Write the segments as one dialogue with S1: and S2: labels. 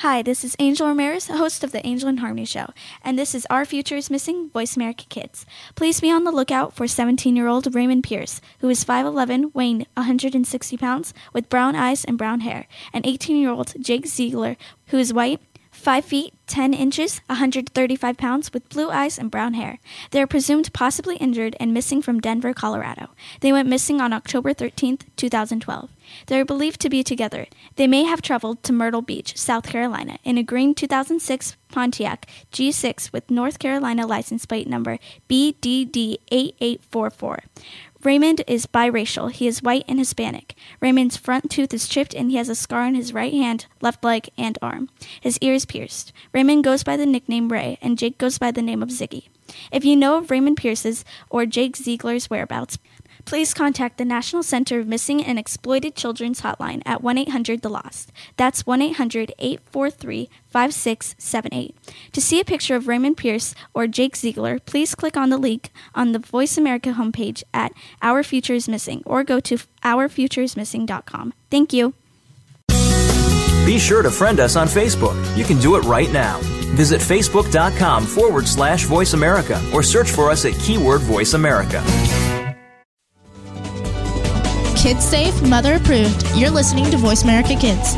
S1: Hi, this is Angel Ramirez, host of the Angel and Harmony Show, and this is Our Future is Missing Voice America Kids. Please be on the lookout for 17 year old Raymond Pierce, who is 5'11, weighing 160 pounds, with brown eyes and brown hair, and 18 year old Jake Ziegler, who is white, 5 feet 10 inches, 135 pounds, with blue eyes and brown hair. They are presumed possibly injured and missing from Denver, Colorado. They went missing on October 13, 2012. They are believed to be together. They may have traveled to Myrtle Beach, South Carolina, in a green 2006 Pontiac G6 with North Carolina license plate number BDD8844. Raymond is biracial. He is white and Hispanic. Raymond's front tooth is chipped and he has a scar on his right hand, left leg, and arm. His ear is pierced. Raymond goes by the nickname Ray, and Jake goes by the name of Ziggy. If you know of Raymond Pierce's or Jake Ziegler's whereabouts, please contact the National Center of Missing and Exploited Children's Hotline at 1 800 The Lost. That's 1 800 843 5678. To see a picture of Raymond Pierce or Jake Ziegler, please click on the link on the Voice America homepage at Our Future is Missing or go to OurFutureIsMissing.com. Thank you.
S2: Be sure to friend us on Facebook. You can do it right now. Visit facebook.com forward slash voice America or search for us at keyword voice America.
S3: Kids safe, mother approved. You're listening to Voice America Kids.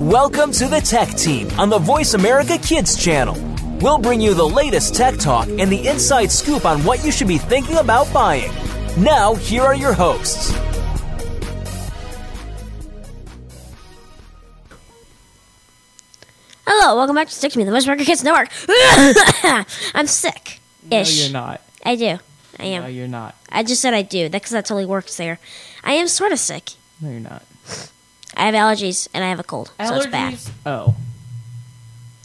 S2: Welcome to the Tech Team on the Voice America Kids channel. We'll bring you the latest tech talk and the inside scoop on what you should be thinking about buying. Now, here are your hosts.
S4: Hello, welcome back to Stick to Me, the Voice America Kids Network. I'm sick. Ish.
S5: No, you're not.
S4: I do. I am.
S5: No, you're not.
S4: I just said I do. That's because that totally works there. I am sort of sick.
S5: No, you're not.
S4: I have allergies and I have a cold, so it's bad.
S5: Allergies? Oh.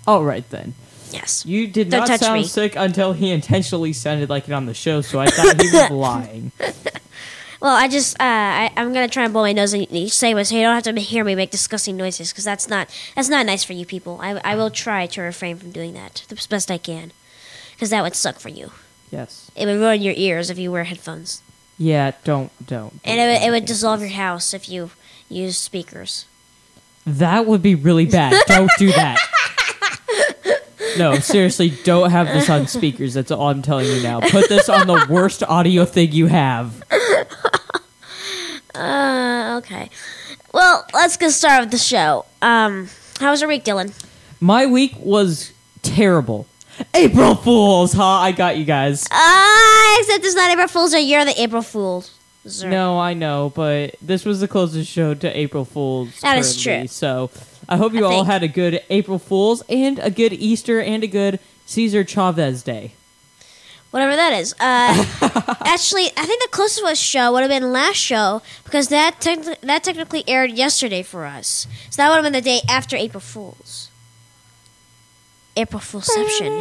S5: All right then.
S4: Yes.
S5: You did
S4: Don't
S5: not
S4: touch
S5: sound
S4: me.
S5: sick until he intentionally sounded like it on the show, so I thought he was lying.
S4: Well, I just uh, I, I'm gonna try and blow my nose in each segment, so you don't have to hear me make disgusting noises, because that's not that's not nice for you people. I, I will try to refrain from doing that the best I can, because that would suck for you.
S5: Yes.
S4: It would ruin your ears if you wear headphones,
S5: Yeah. Don't. Don't.
S4: and it, would- it would dissolve your house if you use speakers.
S5: That would be really bad. Don't do that. No, seriously, don't have this on speakers. That's all I'm telling you now. Put this on the worst audio thing you have.
S4: Uh, okay. Well, let's get started with the show. Um, how was your week, Dylan?
S5: My week was terrible. April Fools, huh? I got you guys.
S4: Ah, except it's not April Fool's Day. You're the April Fool's.
S5: No, I know, but this was the closest show to April Fools.
S4: That is
S5: currently,
S4: true.
S5: So I hope you
S4: I
S5: all
S4: think-
S5: had a good April Fools and a good Easter and a good Cesar Chavez Day.
S4: Whatever that is. Uh, actually, I think the closest was show would have been last show because that techni- that technically aired yesterday for us. So that would have been the day after April Fool's. April Foolception.
S5: All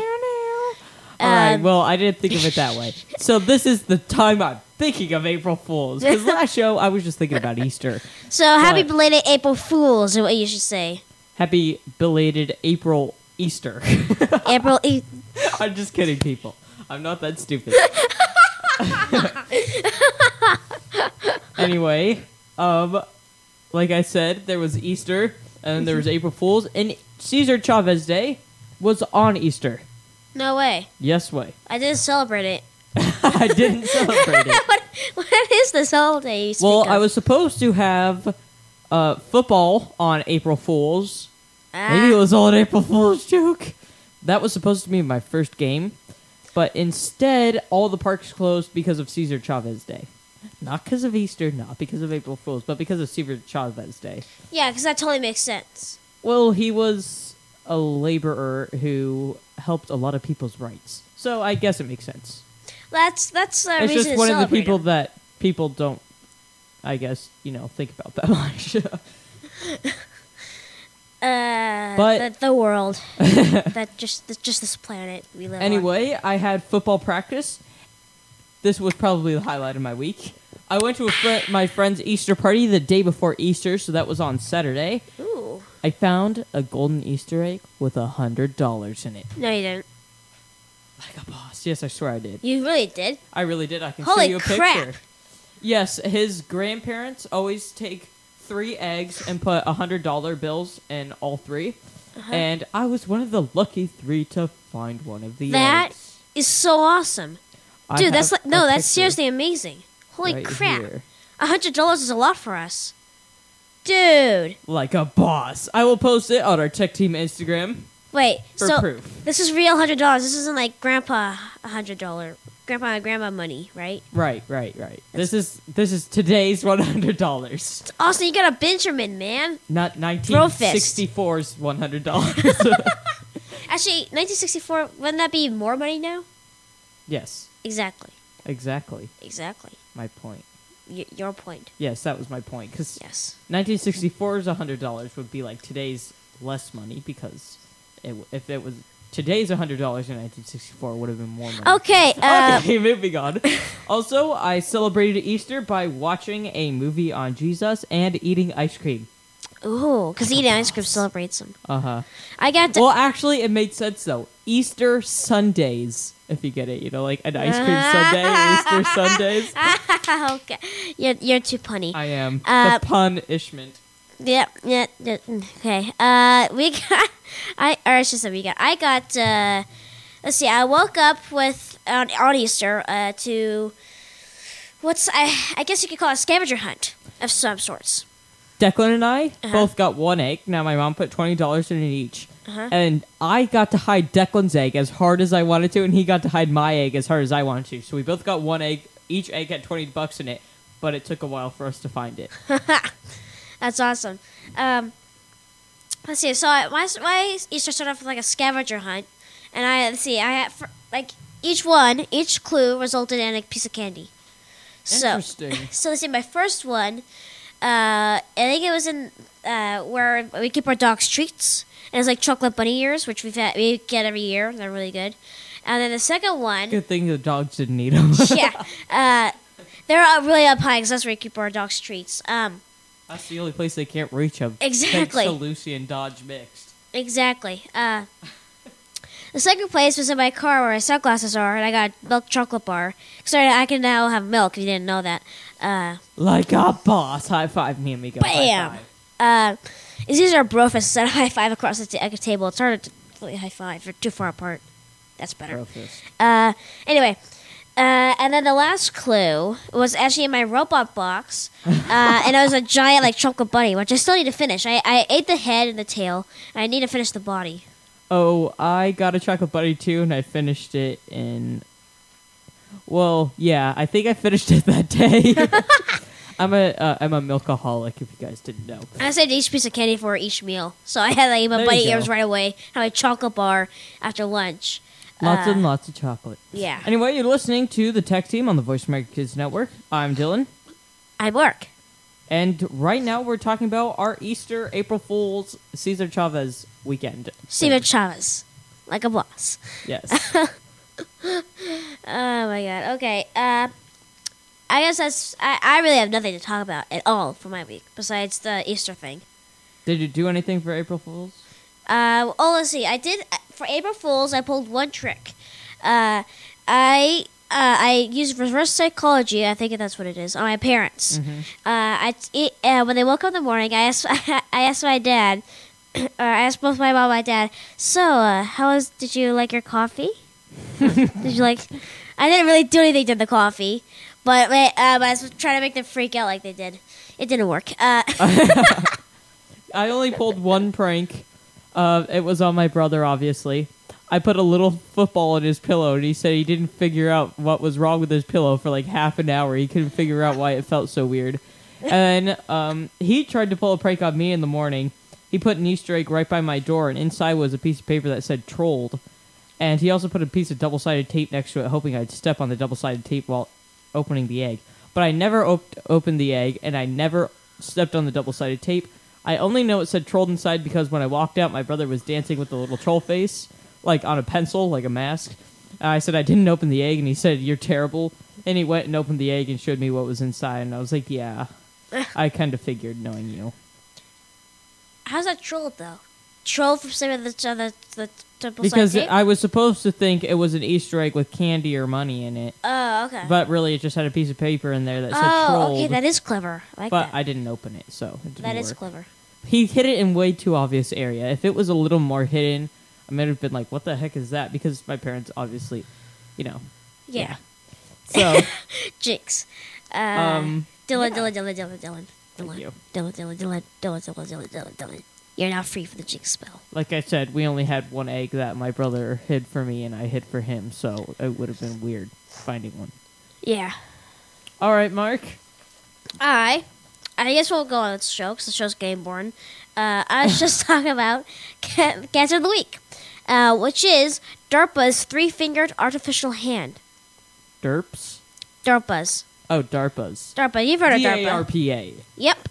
S5: right.
S4: Um,
S5: Well, I didn't think of it that way. So this is the time I'm thinking of April Fools because last show I was just thinking about Easter.
S4: So happy
S5: But-
S4: belated April Fools is what you should say.
S5: Happy belated April Easter.
S4: April. E-
S5: I'm just kidding, people. I'm not that stupid. anyway, um, like I said, there was Easter, and there was April Fools, and Cesar Chavez Day was on Easter.
S4: no way.
S5: Yes, way.
S4: I didn't celebrate it.
S5: I didn't celebrate it.
S4: What, what is this holiday? You speak
S5: Well,
S4: of?
S5: I was supposed to have uh, football on April Fools.
S4: Ah,
S5: Maybe it was all an April Fool's joke. That was supposed to be my first game, but instead, all the parks closed because of Cesar Chavez Day. Not because of Easter, not because of April Fool's, but because of Cesar Chavez Day.
S4: yeah, because that totally makes sense.
S5: Well, he was a laborer who helped a lot of people's rights, so I guess it makes sense.
S4: That's that's a
S5: it's
S4: reason
S5: just
S4: to
S5: one of the
S4: celebrate
S5: people
S4: him.
S5: that people don't, I guess, you know, think about that much.
S4: Uh,
S5: But-
S4: the, the world that just that just this planet we live on.
S5: Anyway, I had football practice. This was probably the highlight of my week. I went to a fri my friend's Easter party the day before Easter, so that was on Saturday.
S4: Ooh.
S5: I found a golden Easter egg with a hundred dollars in it.
S4: No, you didn't.
S5: Like a boss. Yes, I swear I did.
S4: You really did?
S5: I really did. I can
S4: Holy
S5: show you a
S4: crap.
S5: picture. Yes, his grandparents always take three eggs and put a hundred dollar bills in all 3
S4: Uh-huh.
S5: and I was one of the lucky three to find one of the
S4: That
S5: eggs.
S4: is so awesome.
S5: I
S4: Dude, that's
S5: have
S4: like, no,
S5: a
S4: that's
S5: picture
S4: seriously amazing. Holy
S5: right
S4: crap.
S5: here.
S4: A hundred dollars is a lot for us. Dude.
S5: Like a boss. I will post it on our tech team Instagram.
S4: Wait,
S5: For
S4: so
S5: proof.
S4: this is real hundred dollars. This isn't like grandpa a hundred dollar grandpa and grandma money, right?
S5: Right, right, right. This is this is today's one hundred dollars,
S4: Austin, you got a Benjamin, man.
S5: not
S4: Throw
S5: nineteen
S4: fist.
S5: sixty-four's one hundred dollars.
S4: Actually, 1964, wouldn't that be more money now?
S5: yes,
S4: Exactly.
S5: exactly.
S4: Exactly.
S5: My point.
S4: Y- your point.
S5: Yes, that was my point. Because
S4: Yes.
S5: 1964's hundred dollars would be like today's less money because it, w- if it was today's hundred dollars in 1964 it would have been more money.
S4: Okay, uh,
S5: Okay, moving on. also, I celebrated Easter by watching a movie on Jesus and eating ice cream.
S4: ooh, because eating ice cream celebrates them.
S5: Uh huh.
S4: I got to,
S5: Well, actually, it made sense though. Easter Sundays, if you get it, you know, like an ice cream Sunday, Easter Sundays.
S4: okay, you're, you're too punny.
S5: I am
S4: Uh,
S5: the pun ishment.
S4: Yep, yeah, yeah, okay. Uh, we got, I, or I should say we got, I got, uh, let's see, I woke up with, on, on Easter, uh, to, what's, I, I guess you could call it a scavenger hunt of some sorts.
S5: Declan and I
S4: Uh-huh.
S5: both got one egg. Now my mom put twenty dollars in it each,
S4: Uh-huh.
S5: and I got to hide Declan's egg as hard as I wanted to, and he got to hide my egg as hard as I wanted to. So we both got one egg. Each egg had twenty bucks in it, but it took a while for us to find it.
S4: That's awesome. Um, let's see. So I, my my Easter started off with like a scavenger hunt, and I let's see. I had for, like each one, each clue resulted in a piece of candy. So,
S5: Interesting.
S4: So let's see. My first one, uh, I think it was in uh, where we keep our dogs treats, and it's like chocolate bunny ears, which we've had, we get every year. They're really good. And then the second one,
S5: Good thing the dogs didn't eat them.
S4: yeah, uh, they're up really up high because that's where we keep our dogs treats. Um,
S5: That's the only place they can't reach them.
S4: Exactly.
S5: Thanks to Lucy and Dodge mixed.
S4: Exactly. Uh, the second place was in my car where my sunglasses are, and I got a milk chocolate bar. Sorry, I can now have milk if you didn't know that. Uh,
S5: Like a boss. High five me, amigo.
S4: Bam!
S5: High five.
S4: uh, it's these are brofists instead of high five across the t- like a table. It's hard to really high five. They're too far apart. That's better.
S5: Bro fist.
S4: Uh, anyway, uh, and then the last clue was actually in my robot box, uh, and it was a giant like chocolate bunny, which I still need to finish. I, I ate the head and the tail, and I need to finish the body.
S5: Oh, I got a chocolate bunny too, and I finished it in. Well, yeah, I think I finished it that day. I'm a uh, I'm a milkaholic. If you guys didn't know,
S4: And I saved each piece of candy for each meal. So I had like my
S5: There you
S4: bunny
S5: go.
S4: ears right away. Had my chocolate bar after lunch.
S5: lots
S4: Uh,
S5: and lots of chocolate.
S4: yeah.
S5: Anyway, you're listening to the Tech Team on the Voice America Kids Network. I'm Dylan,
S4: I work.
S5: and right now we're talking about our Easter April Fools Cesar Chavez weekend.
S4: Steven Chavez. Like a boss.
S5: Yes.
S4: Oh my god. Okay. Uh I guess that's I, I really have nothing to talk about at all for my week besides the Easter thing.
S5: Did you do anything for April Fools?
S4: Uh, oh, let's see. I did for April Fools. I pulled one trick. Uh, I uh, I used reverse psychology. I think that's what it is on my parents. Uh, I it, uh, when they woke up in the morning, I asked I asked my dad, or I asked both my mom and my dad. So, uh, how was? Did you like your coffee? did you like? I didn't really do anything to the coffee, but uh, I was trying to make them freak out like they did. It didn't work. Uh,
S5: I only pulled one prank. Uh, it was on my brother, obviously. I put a little football in his pillow, and he said he didn't figure out what was wrong with his pillow for like half an hour. He couldn't figure out why it felt so weird. And um, he tried to pull a prank on me in the morning. He put an Easter egg right by my door, and inside was a piece of paper that said "trolled." And he also put a piece of double sided tape next to it, hoping I'd step on the double sided tape while opening the egg. But I never op- opened the egg, and I never stepped on the double sided tape. I only know it said trolled inside because when I walked out, my brother was dancing with a little troll face, like on a pencil, like a mask. And I said, I didn't open the egg, and he said, You're terrible. And he went and opened the egg and showed me what was inside, and I was like, Yeah. I kind of figured knowing you.
S4: how's that trolled though? troll for saving the the, the temple
S5: because
S4: side
S5: I was supposed to think it was an Easter egg with candy or money in it,
S4: Oh, okay.
S5: but really it just had a piece of paper in there that said
S4: oh,
S5: trolled.
S4: okay, that is clever. I like
S5: but
S4: that.
S5: I didn't open it, so it didn't
S4: that is
S5: work.
S4: clever.
S5: He hid it in way too obvious area. If it was a little more hidden, I might have been like, "What the heck is that?" Because my parents obviously, you know,
S4: Yeah.
S5: so
S4: Jinx. Uh,
S5: Um,
S4: Dylan, Dylan, Dylan, Dylan, Dylan, Dylan,
S5: you.
S4: Dylan, Dylan, Dylan, Dylan, Dylan, Dylan, Dylan, Dylan. You're now free from the jinx spell.
S5: like I said, we only had one egg that my brother hid for me and I hid for him, so it would have been weird finding one.
S4: Yeah.
S5: All right, Mark.
S4: I, I guess we'll go on with the show because the show's getting boring. Uh, I was just talking about ca- cancer of the week, uh, which is DARPA's three-fingered artificial hand.
S5: Derps.
S4: DARPA's.
S5: Oh, DARPA's.
S4: DARPA. You've heard of
S5: D
S4: DARPA.
S5: A R P A.
S4: Yep.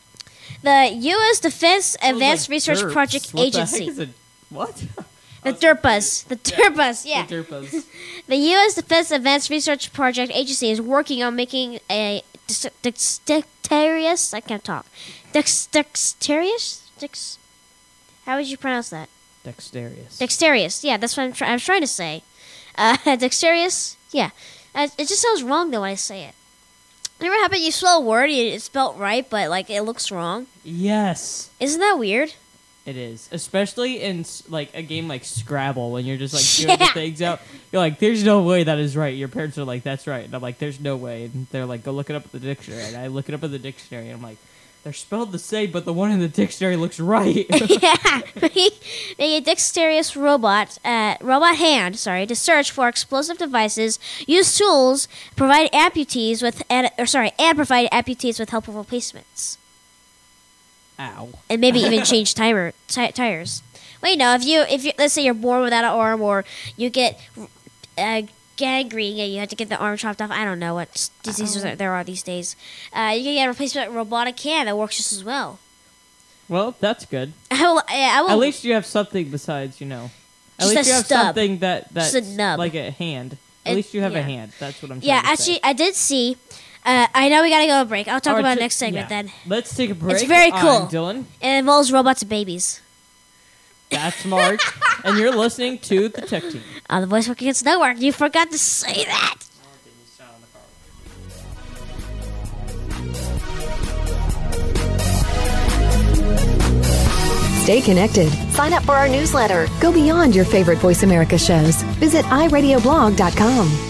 S4: The U.S. Defense Advanced Research
S5: Oh Derps.
S4: Project
S5: what
S4: Agency.
S5: The, heck is a, what?
S4: The DERPAs. The DERPAs, yeah.
S5: The DARPA's.
S4: The U.S. Defense Advanced Research Project Agency is working on making a dis- dexterous, I can't talk, dex- dexterous? Dex- how would you pronounce that?
S5: Dexterous.
S4: Dexterous, yeah, that's what I'm, try- I'm trying to say. Uh, dexterous, yeah. Uh, it just sounds wrong, though, when I say it. Remember how about you spell a word, you- it's spelled right, but, like, it looks wrong?
S5: yes,
S4: Isn't that weird?
S5: it is. Especially in s- like a game like Scrabble, when you're just like doing
S4: Yeah.
S5: the things out. You're like, "There's no way that is right." Your parents are like, "That's right," and I'm like, "There's no way." And they're like, "Go look it up at the dictionary." And I look it up at the dictionary, and I'm like, "They're spelled the same, but the one in the dictionary looks right."
S4: yeah, make a dexterous robot, uh, robot hand, sorry, to search for explosive devices, use tools, provide amputees with, and, or sorry, and provide amputees with helpful replacements,
S5: Ow.
S4: and maybe even change timer ti tires. Wait, no, if you if you let's say you're born without an arm, or you get uh, gangrene and you have to get the arm chopped off. I don't know what s- diseases
S5: Oh.
S4: there are these days. Uh, you can get a replacement robotic hand that works just as well.
S5: Well, that's good.
S4: I will. I will.
S5: At least you have something besides, you know. At
S4: Oh. Just
S5: least
S4: a
S5: you have
S4: stub.
S5: something that that's
S4: Just a nub.
S5: like a hand. At
S4: It-
S5: least you have
S4: yeah.
S5: a hand. That's what I'm.
S4: Yeah,
S5: trying to say.
S4: actually, I did see. Uh, I know we gotta go on break. I'll talk
S5: Or
S4: about it
S5: ju-
S4: next segment
S5: yeah.
S4: then.
S5: Let's take a break.
S4: very
S5: I'm
S4: cool.
S5: Dylan.
S4: It involves robots and babies.
S5: That's Mark, and you're listening to the Tech Team.
S4: On Uh, the Voice Work Against Network, you forgot to say that.
S6: Stay connected. Sign up for our newsletter. Go beyond your favorite Voice America shows. Visit iradioblog.com.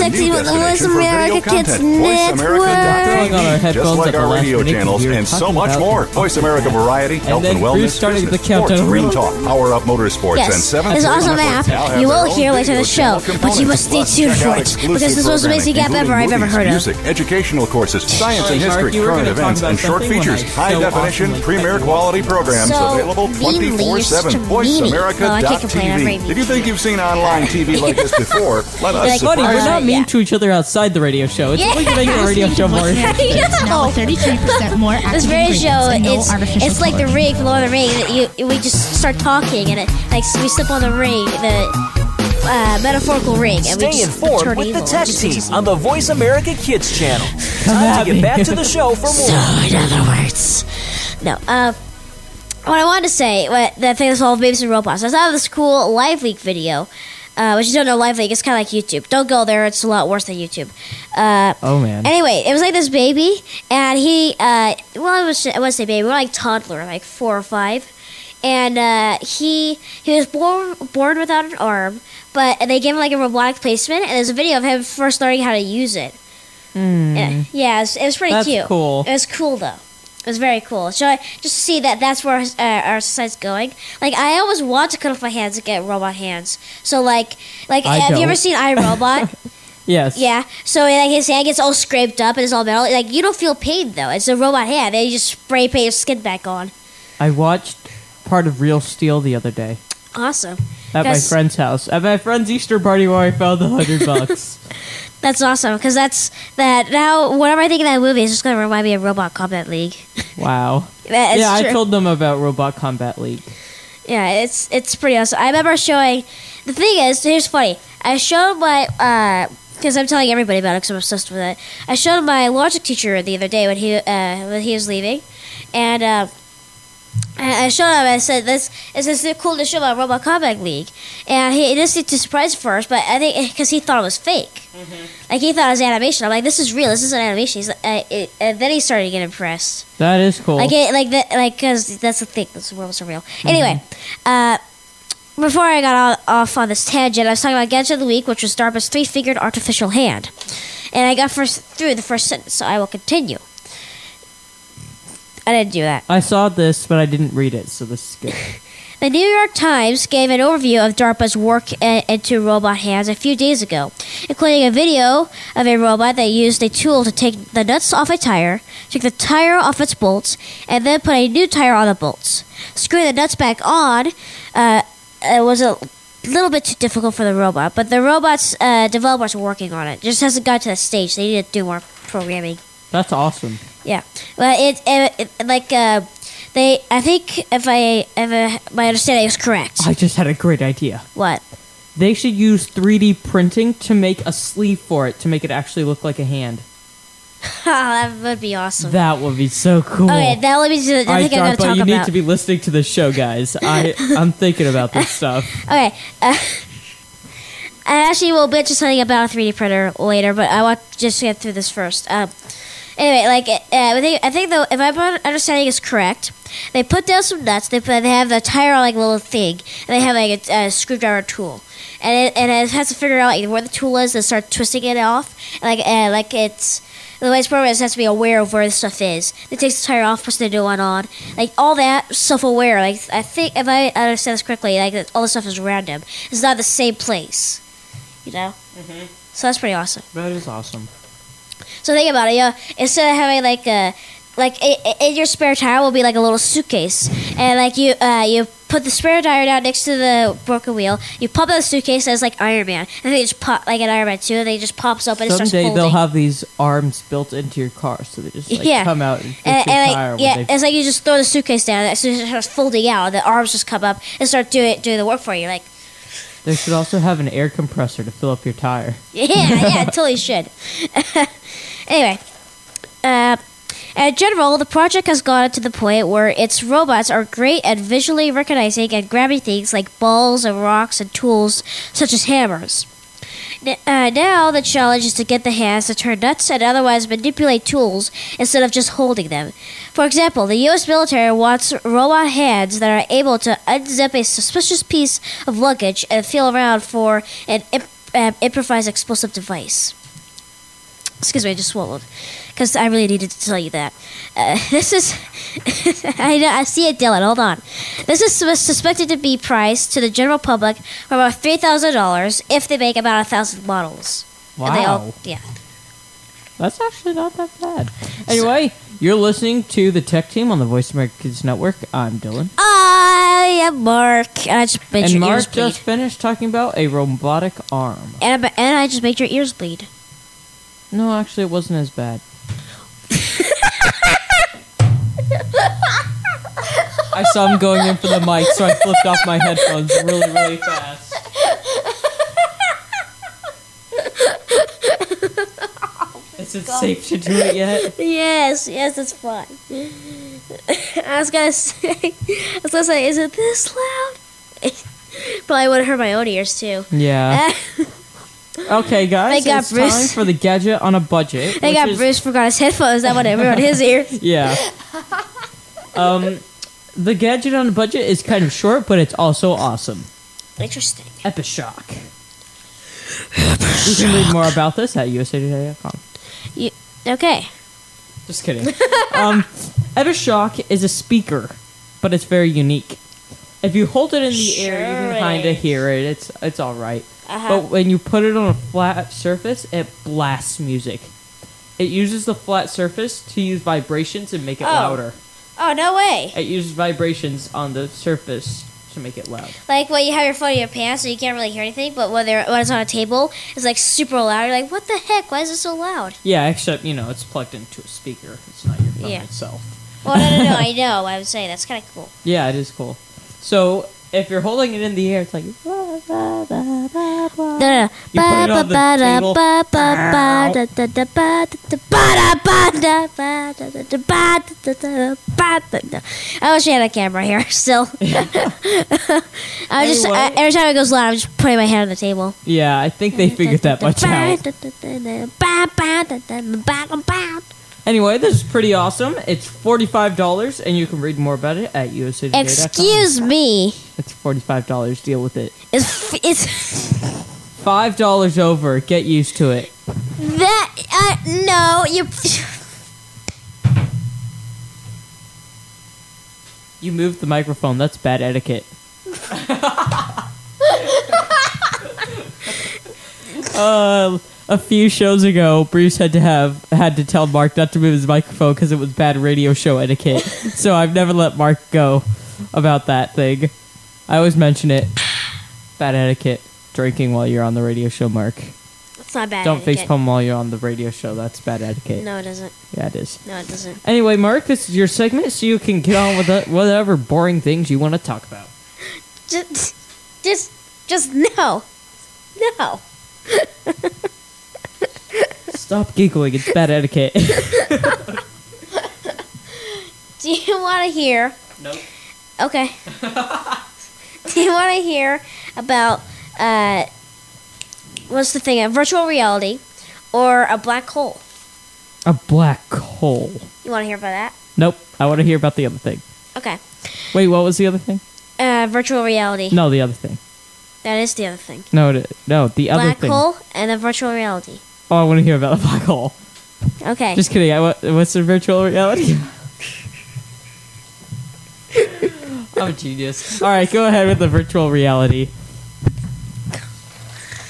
S7: there's a
S4: Tech
S7: new
S4: Team with the Voice
S7: destination for
S4: America
S7: video
S4: Kids
S7: content, voiceamerica.tv.
S5: Throwing on our
S4: Network.
S5: headphones
S7: Just
S5: at
S7: like
S5: the
S7: our
S5: last
S7: radio
S5: minute,
S7: channels
S5: we were
S7: and so
S5: talking
S7: much
S5: about-
S7: more. Voice America Variety, Health
S5: then
S7: and
S5: Bruce
S7: Wellness,
S5: started
S7: business,
S5: the countdown.
S7: Sports, Green Talk, Hour Up Motorsports, and
S4: Yes,
S7: Seven.
S4: there's an awesome app you will hear later in the show, but you must stay tuned for it because this was the amazing app ever I've ever heard of.
S7: music, educational courses, science and
S5: Sorry, Mark,
S7: history,
S5: you were
S7: current
S5: gonna talk
S7: events,
S5: about
S7: and short
S5: something when I
S7: features. High
S5: so
S7: definition,
S5: awesomely
S7: premier
S5: cut you
S7: quality programs
S4: So
S7: available
S4: meanly, you're
S7: 24
S4: such a
S7: 7.
S4: meanie. Oh, I can't complain, I'm very
S7: VoiceAmerica.tv. If you think you've seen online TV like this before, let us
S4: Like,
S5: Buddy,
S7: surprise
S5: we're
S7: you.
S5: not
S4: Uh,
S5: mean
S4: yeah.
S5: to each other outside the radio show. It's
S4: Yeah.
S5: only making the radio show more.
S4: I
S3: Now with
S4: know.
S3: 33% more active
S4: This very
S3: ingredients
S4: show,
S3: and no
S4: it's
S3: artificial
S4: it's like the
S3: color.
S4: ring from Lord of the Ring. That you we just start talking and it like we slip on the ring, the uh, metaphorical ring, and
S2: Stay
S4: we just
S2: informed
S4: turn
S2: with the
S4: evil.
S2: Tech
S4: It's
S2: Team
S4: just-
S2: on the Voice America Kids channel. Time
S5: at
S2: to get
S5: me.
S2: back to the show for
S4: So,
S2: more.
S4: in other words, no. Uh, what I wanted to say, what the thing that's all babies and robots. I saw this cool Live Leak video, uh, which you don't know Live Leak. It's kind of like YouTube. Don't go there; it's a lot worse than YouTube. Uh,
S5: Oh man,
S4: Anyway, it was like this baby, and he, uh, well, I was, I was say baby, more like toddler, like four or five, and uh, he he was born born without an arm, but and they gave him like a robotic placement, and there's a video of him first learning how to use it. Yeah, yeah, it was, it was pretty
S5: Hmm. That's
S4: cute.
S5: cool.
S4: It was cool though. It was very cool. So I just to see that that's where uh, our society's going. Like I always want to cut off my hands and get robot hands. So like, like
S5: I
S4: have you ever
S5: don't.
S4: seen iRobot?
S5: yes,
S4: Yeah. So like his hand gets all scraped up and it's all metal. Like you don't feel pain though. It's a robot hand. They just spray paint your skin back on.
S5: I watched part of Real Steel the other day
S4: Awesome.
S5: at my
S4: Yes.
S5: friend's house at my friend's Easter party where I found the hundred bucks.
S4: That's awesome because that's that. Now, whenever I think of that movie, it's just gonna remind me of Robot Combat League.
S5: Wow.
S4: That is
S5: yeah,
S4: true.
S5: I told them about Robot Combat League.
S4: Yeah, it's it's pretty awesome. I remember showing. The thing is, here's funny. I showed my because I'm telling everybody about it because I'm obsessed with it. I showed my logic teacher the other day when he uh, when he was leaving, and. Uh, I I showed him. I said, "This is this is cool to show about Robot Combat League," and he just seemed too surprised at first, but I think because he thought it was fake, like he thought it was animation. I'm like, "This is real. This is an animation." He's like, uh, it, and then he started to get impressed.
S5: That is cool.
S4: Like it, like that, like because that's the thing. This world is real. Anyway, uh, before I got all, off on this tangent, I was talking about gadget of the week, which was DARPA's three-figured artificial hand, and I got first through the first sentence, so I will continue. I didn't do that.
S5: I saw this, but I didn't read it, so this is good.
S4: The New York Times gave an overview of DARPA's work uh, into robot hands a few days ago, including a video of a robot that used a tool to take the nuts off a tire, took the tire off its bolts, and then put a new tire on the bolts. Screwing the nuts back on uh, uh, was a little bit too difficult for the robot, but the robot's uh, developers are working on it. Just hasn't got to that stage. They need to do more programming.
S5: That's awesome.
S4: Yeah, well, it, it, it like uh, they. I think if I if uh, my understanding is correct.
S5: I just had a great idea.
S4: what?
S5: They should use 3D printing to make a sleeve for it to make it actually look like a hand.
S4: that would be awesome.
S5: That would be so cool.
S4: okay, that let me do. I
S5: All right,
S4: think I'm gonna
S5: DARPA,
S4: talk
S5: you need
S4: about.
S5: to be listening to the show, guys. I I'm thinking about this stuff.
S4: okay. Uh, I actually will mention something about a 3D printer later, but I want to just get through this first. Um, anyway, like uh, I think I think though, if my understanding is correct, they put down some nuts. They put, they have the tire like little thing, and they have like a, a screwdriver tool, and it, and it has to figure out like, where the tool is and start twisting it off, and like uh, like it's. The way it's programmed, it has to be aware of where the stuff is. It takes the tire off, puts the new one on, like all that self-aware. Like I think, if I understand this correctly, like all the stuff is random. It's not the same place you know. So that's pretty awesome.
S5: Mm-hmm. That is awesome.
S4: So think about it, yeah. Instead of having like a like i- i- in your spare tire will be like a little suitcase, and like you uh, you put the spare tire down next to the broken wheel. You pop out the suitcase as like Iron Man, and they just pop like an Iron Man too, and they just pops up and it starts
S5: Someday
S4: folding.
S5: they'll have these arms built into your car, so they just like,
S4: Yeah.
S5: come out and fit
S4: and,
S5: your
S4: and, like,
S5: tire. when
S4: yeah,
S5: they-
S4: it's like you just throw the suitcase down, and it just starts folding out. The arms just come up and start doing doing the work for you. Like
S5: They should also have an air compressor to fill up your tire.
S4: Yeah, yeah, it totally should. anyway, uh, in general, the project has gotten to the point where its robots are great at visually recognizing and grabbing things like balls and rocks and tools such as hammers. N- Uh, now the challenge is to get the hands to turn nuts and otherwise manipulate tools instead of just holding them. For example, the U.S. military wants robot hands that are able to unzip a suspicious piece of luggage and feel around for an imp- um, improvised explosive device. Excuse me, I just swallowed because I really needed to tell you that. Uh, this is, I, know, I see it, Dylan. Hold on. This is sus- suspected to be priced to the general public for about three thousand dollars if they make about a thousand models. And they all,
S5: Wow.
S4: yeah.
S5: That's actually not that bad. Anyway, you're listening to the Tech Team on the Voice of America Kids Network. I'm Dylan.
S4: I am Mark, and I just made
S5: And
S4: your ears
S5: Mark
S4: bleed.
S5: just finished talking about a robotic arm.
S4: And, I- and I just made your ears bleed.
S5: No, actually, it wasn't as bad. I saw him going in for the mic, so I flipped off my headphones really, really fast. Is it safe to do it yet?
S4: Yes, yes, it's fun. I was gonna say, I was gonna say, is it this loud? Probably would have hurt my own ears too.
S5: Yeah. Okay, guys,
S4: They got
S5: it's
S4: Bruce.
S5: time for the gadget on a budget.
S4: They
S5: which
S4: got
S5: is-
S4: Bruce forgot his headphones. That would have ruined his ears.
S5: Yeah. Um, the gadget on a budget is kind of short, but it's also awesome.
S4: Interesting.
S5: Epishock. You can read more about this at usatoday.com.
S4: You, okay.
S5: Just kidding. um, Evishock is a speaker, but it's very unique. If you hold it in the air, you
S4: Sure
S5: can kind of
S4: is.
S5: hear it. It's it's all right.
S4: Uh-huh.
S5: But when you put it on a flat surface, it blasts music. It uses the flat surface to use vibrations and make it louder.
S4: Oh no way!
S5: It uses vibrations on the surface to make it loud.
S4: Like when you have your phone in your pants, so you can't really hear anything. But when they're when it's on a table, it's like super loud. You're like, what the heck? Why is it so loud?
S5: Yeah, except you know it's plugged into a speaker. It's not your phone
S4: Yeah.
S5: itself.
S4: Well, no, no, no. I know. I would say that's kind of cool.
S5: Yeah, it is cool. So if you're holding it in the air, it's like
S4: No,
S5: You put it on the table.
S4: I wish I had a camera here still. I was just I,
S5: Anyway.
S4: every time it goes loud, I'm just putting my hand on the table.
S5: yeah. I think they figured that much out. Anyway, this is pretty awesome. It's forty five dollars, and you can read more about it at USA.
S4: Excuse me.
S5: It's forty five dollars. Deal with it.
S4: It's it's
S5: Five dollars over. Get used to it.
S4: that uh, no you.
S5: You moved the microphone. That's bad etiquette. uh, a few shows ago, Bruce had to have had to tell Mark not to move his microphone because it was bad radio show etiquette. so I've never let Mark go about that thing. I always mention it. Bad etiquette. Drinking while you're on the radio show, Mark.
S4: It's not bad.
S5: Don't
S4: etiquette.
S5: face palm while you're on the radio show. That's bad etiquette.
S4: No, it doesn't.
S5: Yeah, it is.
S4: No, it doesn't.
S5: Anyway, Mark, this is your segment, so you can get on with the, whatever boring things you want to talk about.
S4: Just, just, just no, no.
S5: Stop giggling. It's bad etiquette.
S4: Do you want to hear?
S5: Nope.
S4: Okay. Do you want to hear about uh, what's the thing? A virtual reality or a black hole?
S5: a black hole.
S4: You want to hear about that?
S5: Nope. I want to hear about the other thing.
S4: Okay.
S5: Wait, what was the other thing?
S4: Uh, virtual reality.
S5: No, the other thing.
S4: That is the other thing.
S5: No, it, no, the other
S4: black
S5: thing.
S4: hole and a virtual reality.
S5: Oh, I want to hear about a black hole.
S4: Okay.
S5: Just kidding. I, wa- what's the virtual reality? I'm a genius. All right, go ahead with the virtual reality.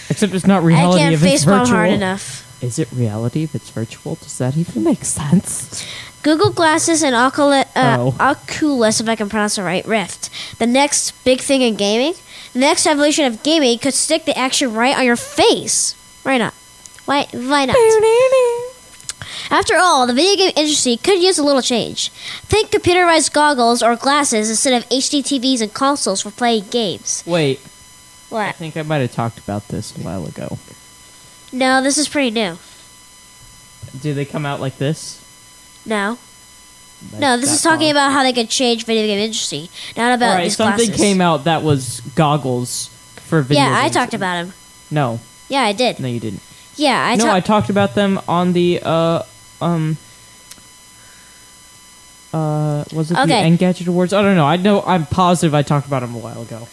S5: Except it's not
S4: I
S5: reality
S4: can't
S5: if it's virtual.
S4: facepalm hard enough.
S5: Is it reality if it's virtual? Does that even make sense?
S4: Google Glasses and Ocul- uh,
S5: Oh.
S4: Oculus, if I can pronounce it right, Rift. The next big thing in gaming. The next evolution of gaming could stick the action right on your face. Why not? Why, why not? After all, the video game industry could use a little change. Think computerized goggles or glasses instead of HD TVs and consoles for playing games.
S5: Wait, I
S4: What?
S5: think I might have talked about this a while ago.
S4: No, this is pretty new.
S5: Do they come out like this?
S4: No. No, this is talking about how they could change video game industry, not about
S5: All right,
S4: these
S5: something
S4: glasses.
S5: came out that was goggles for video.
S4: yeah, I
S5: games.
S4: talked about him.
S5: No,
S4: Yeah, I did.
S5: no, you didn't.
S4: Yeah, I
S5: no, I
S4: talked.
S5: talked about them on the uh um uh was it
S4: Okay.
S5: the Engadget Awards? I don't know. I know I'm positive I talked about them a while ago.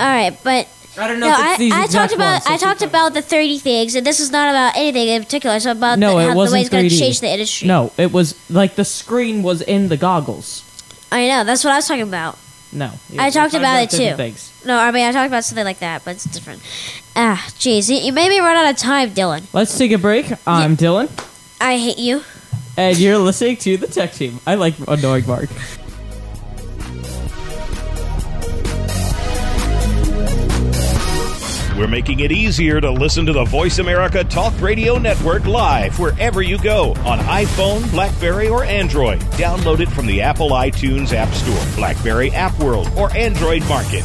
S4: All right, but
S5: I don't know.
S4: no,
S5: if it's
S4: I,
S5: these
S4: I
S5: exact
S4: talked about
S5: ones.
S4: I talked about the 3D things, and this is not about anything in particular. It's about
S5: No,
S4: the,
S5: it
S4: how, the way
S5: wasn't
S4: it's going to
S5: 3D.
S4: change the industry.
S5: No, it was like the screen was in the goggles.
S4: I know that's what I was talking about.
S5: No,
S4: I talked about it,
S5: different
S4: too.
S5: Things.
S4: No, I mean I talked about something like that, but it's different. Ah, jeez, you, you made me run out of time, Dylan.
S5: Let's take a break. I'm Dylan,
S4: I hate you.
S5: and you're listening to the Tech Team. I like annoying Mark.
S8: We're making it easier to listen to the Voice America Talk Radio Network live wherever you go on iPhone, Blackberry, or Android. Download it from the Apple iTunes App Store, Blackberry App World, or Android Market.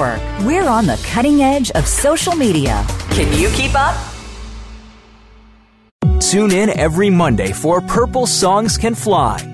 S9: We're on the cutting edge of social media. Can you keep up?
S2: Tune in every Monday for Purple Songs Can Fly.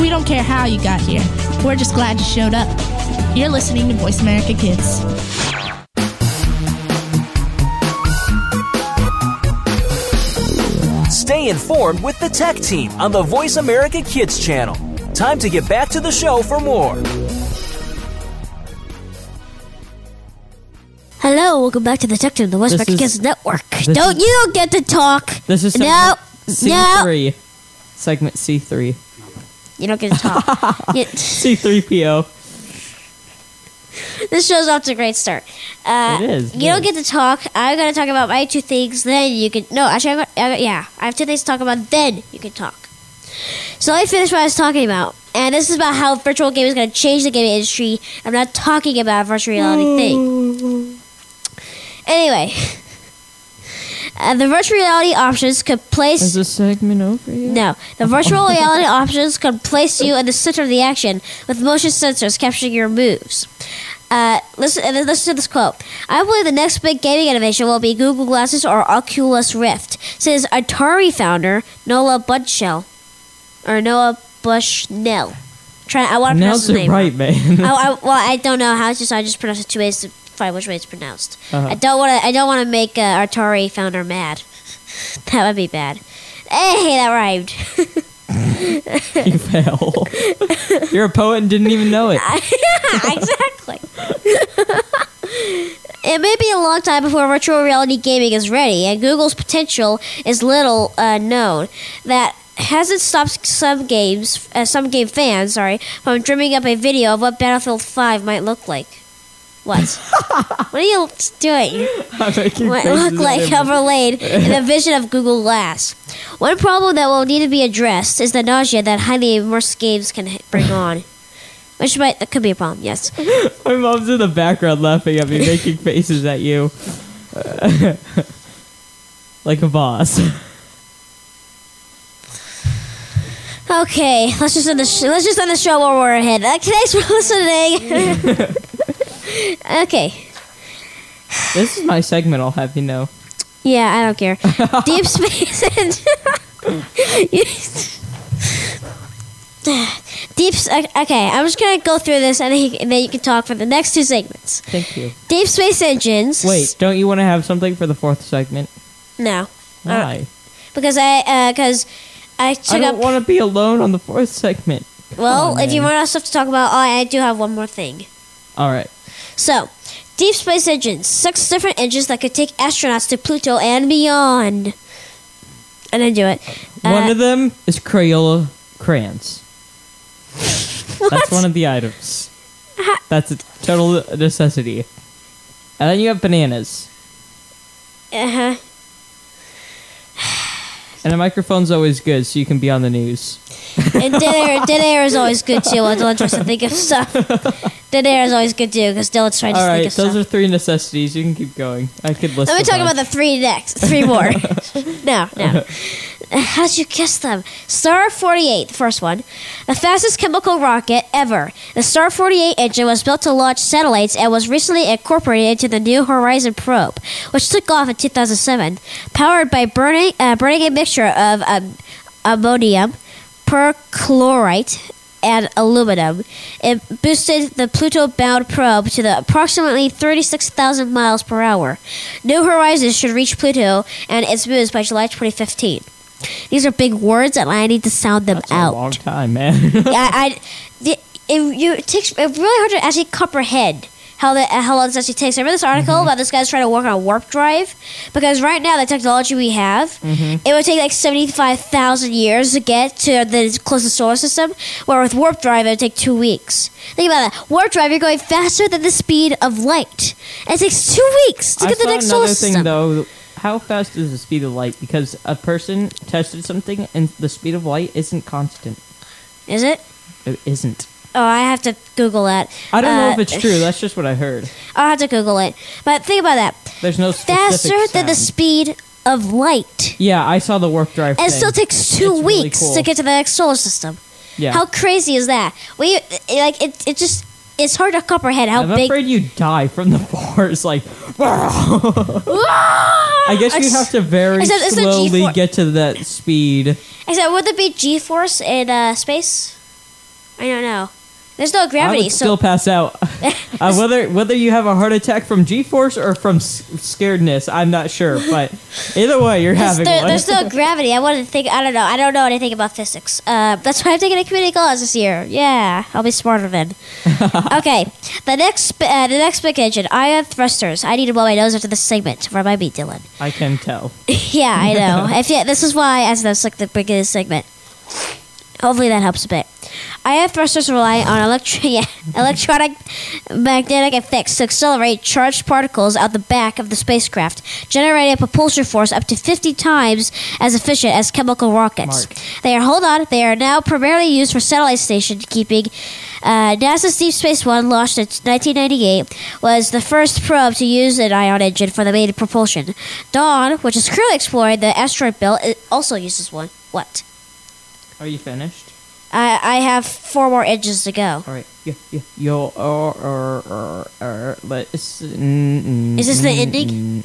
S3: We don't care how you got here. We're just glad you showed up. You're listening to Voice America Kids.
S2: Stay informed with the tech team on the Voice America Kids channel. Time to get back to the show for more.
S4: Hello, welcome back to the Tech Team, the West
S5: This
S4: American
S5: is-
S4: Kids Network.
S5: this
S4: Don't
S5: is-
S4: you don't get to talk.
S5: This is
S4: no,
S5: segment C
S4: no,
S5: three. Segment C three.
S4: you don't get to talk. You-
S5: C three PO.
S4: this show's off to a great start. Uh,
S5: It is,
S4: You don't
S5: yeah.
S4: get to talk. I gotta talk about my two things. Then you can. No, actually, I got, I got, yeah, I have two things to talk about. Then you can talk. So I finished what I was talking about, and this is about how virtual gaming is gonna change the gaming industry. I'm not talking about a virtual reality thing. Anyway. Uh, the virtual reality options could place
S5: Is this segment over yet?
S4: No, the virtual reality options can place you in the center of the action with motion sensors capturing your moves. Uh, listen, and then listen to this quote. I believe the next big gaming innovation will be Google Glasses or Oculus Rift, says Atari founder Noah Bushnell. Or Noah Bushnell. Try, I want to pronounce
S5: Pronounce
S4: his
S5: it
S4: name.
S5: right, man.
S4: I, I, well, I don't know how to, so I just pronounce it two ways to find which way it's pronounced.
S5: Uh-huh.
S4: I don't want to. I don't want to make uh, Atari founder mad. that would be bad. Hey, that rhymed.
S5: you fail. You're a poet and didn't even know it.
S4: exactly. it may be a long time before virtual reality gaming is ready, and Google's potential is little uh, known. That hasn't stopped some games, uh, some game fans, sorry, from dreaming up a video of what Battlefield Five might look like. What? what are you doing?
S5: I'm making
S4: what
S5: faces
S4: look like
S5: at him.
S4: overlaid in the vision of Google Glass. One problem that will need to be addressed is the nausea that highly immersed games can h- bring on. Which might that could be a problem, yes.
S5: My mom's in the background laughing at me, making faces at you. like a boss.
S4: Okay, let's just end the sh- let's just end the show while we're ahead. Uh, thanks for listening. okay.
S5: This is my segment, I'll have you know.
S4: Yeah, I don't care. Deep space and deep. s- Okay, I'm just gonna go through this, and then, you- and then you can talk for the next two segments.
S5: Thank you.
S4: Deep space engines.
S5: Wait, don't you want to have something for the fourth segment?
S4: No, Uh,
S5: Why?
S4: because I because I took
S5: I don't
S4: up.
S5: want to be alone on the fourth segment.
S4: well,
S5: Oh,
S4: if you
S5: man.
S4: want us stuff to talk about, oh, I, I do have one more thing.
S5: All right.
S4: So, deep space engines, six different engines that could take astronauts to Pluto and beyond. And I do it.
S5: One
S4: Uh,
S5: of them is Crayola crayons.
S4: What?
S5: That's one of the items. That's a total necessity. And then you have bananas.
S4: Uh-huh.
S5: And a microphone's always good, so you can be on the news.
S4: And dead air, dead air is always good too. While Dylan tries to think of stuff, dead air is always good too because Dylan's trying to
S5: All
S4: think
S5: right,
S4: of
S5: those
S4: stuff.
S5: are three necessities. You can keep going. I could list.
S4: Let me
S5: the
S4: talk
S5: bunch.
S4: about the three next, three more. no, no. How'd you guess them? Star 48, the first one. The fastest chemical rocket ever. The Star 48 engine was built to launch satellites and was recently incorporated into the New Horizon probe, which took off in 2007. Powered by burning, uh, burning a mixture of um, ammonium, perchlorate, and aluminum. It boosted the Pluto bound probe to the approximately 36,000 miles per hour. New Horizons should reach Pluto and its moons by July 2015. These are big words, and I need to sound them
S5: That's
S4: out.
S5: a long time, man.
S4: I, I the, it, you, it takes it really hard to actually comprehend how the how long this actually takes. I read this article
S5: Mm-hmm.
S4: about this guy's trying to work on a warp drive because right now the technology we have,
S5: Mm-hmm.
S4: it would take like seventy five thousand years to get to the closest solar system. Where with warp drive, it would take two weeks. Think about that. Warp drive, you're going faster than the speed of light. And it takes two weeks to
S5: I
S4: get
S5: saw
S4: the next solar
S5: another
S4: system.
S5: thing though. How fast is the speed of light? Because a person tested something, and the speed of light isn't constant.
S4: Is it?
S5: It isn't.
S4: Oh, I have to Google that.
S5: I don't know
S4: Uh,
S5: if it's true. That's just what I heard.
S4: I'll have to Google it. But think about that.
S5: There's no specific
S4: faster than the
S5: sound.
S4: speed of light.
S5: Yeah, I saw the warp drive.
S4: And it
S5: thing.
S4: still takes two
S5: It's really
S4: weeks
S5: cool.
S4: to get to the next solar system.
S5: Yeah.
S4: How crazy is that? We it- like it. It just it's hard to comprehend how
S5: I'm
S4: big.
S5: afraid you die from the force. Like, I guess you have to very
S4: Except it's a
S5: slowly
S4: G4.
S5: get to that speed.
S4: Except would there be G-force in uh, space? I don't know. There's no
S5: I
S4: gravity,
S5: would
S4: so
S5: still pass out. Uh, whether whether you have a heart attack from G-force or from s- scaredness, I'm not sure. But either way, you're
S4: there's,
S5: having
S4: there-
S5: one.
S4: there's no gravity. I wanted to think. I don't know. I don't know anything about physics. Uh, that's why I'm taking a community class this year. Yeah, I'll be smarter then. okay, the next sp- uh, the next big engine, ion thrusters. I need to blow my nose after this segment. Remind me, Dylan.
S5: I can tell.
S4: Yeah, I know. if yeah, this is why I said that's like the beginning of the segment. Hopefully that helps a bit. IF thrusters rely on electri- yeah, electronic magnetic effects to accelerate charged particles out the back of the spacecraft, generating a propulsion force up to 50 times as efficient as chemical rockets.
S5: Mark.
S4: They are, hold on, they are now primarily used for satellite station keeping. Uh, NASA's Deep Space One, launched in 1998, was the first probe to use an ion engine for the main propulsion. Dawn, which is currently exploring the asteroid belt, it also uses one. What?
S5: Are you finished?
S4: I, I have four more edges to go.
S5: All right. Yeah, yeah. Yo, uh, uh, uh, uh, let's. Mm, mm,
S4: Is this the ending?
S5: mm,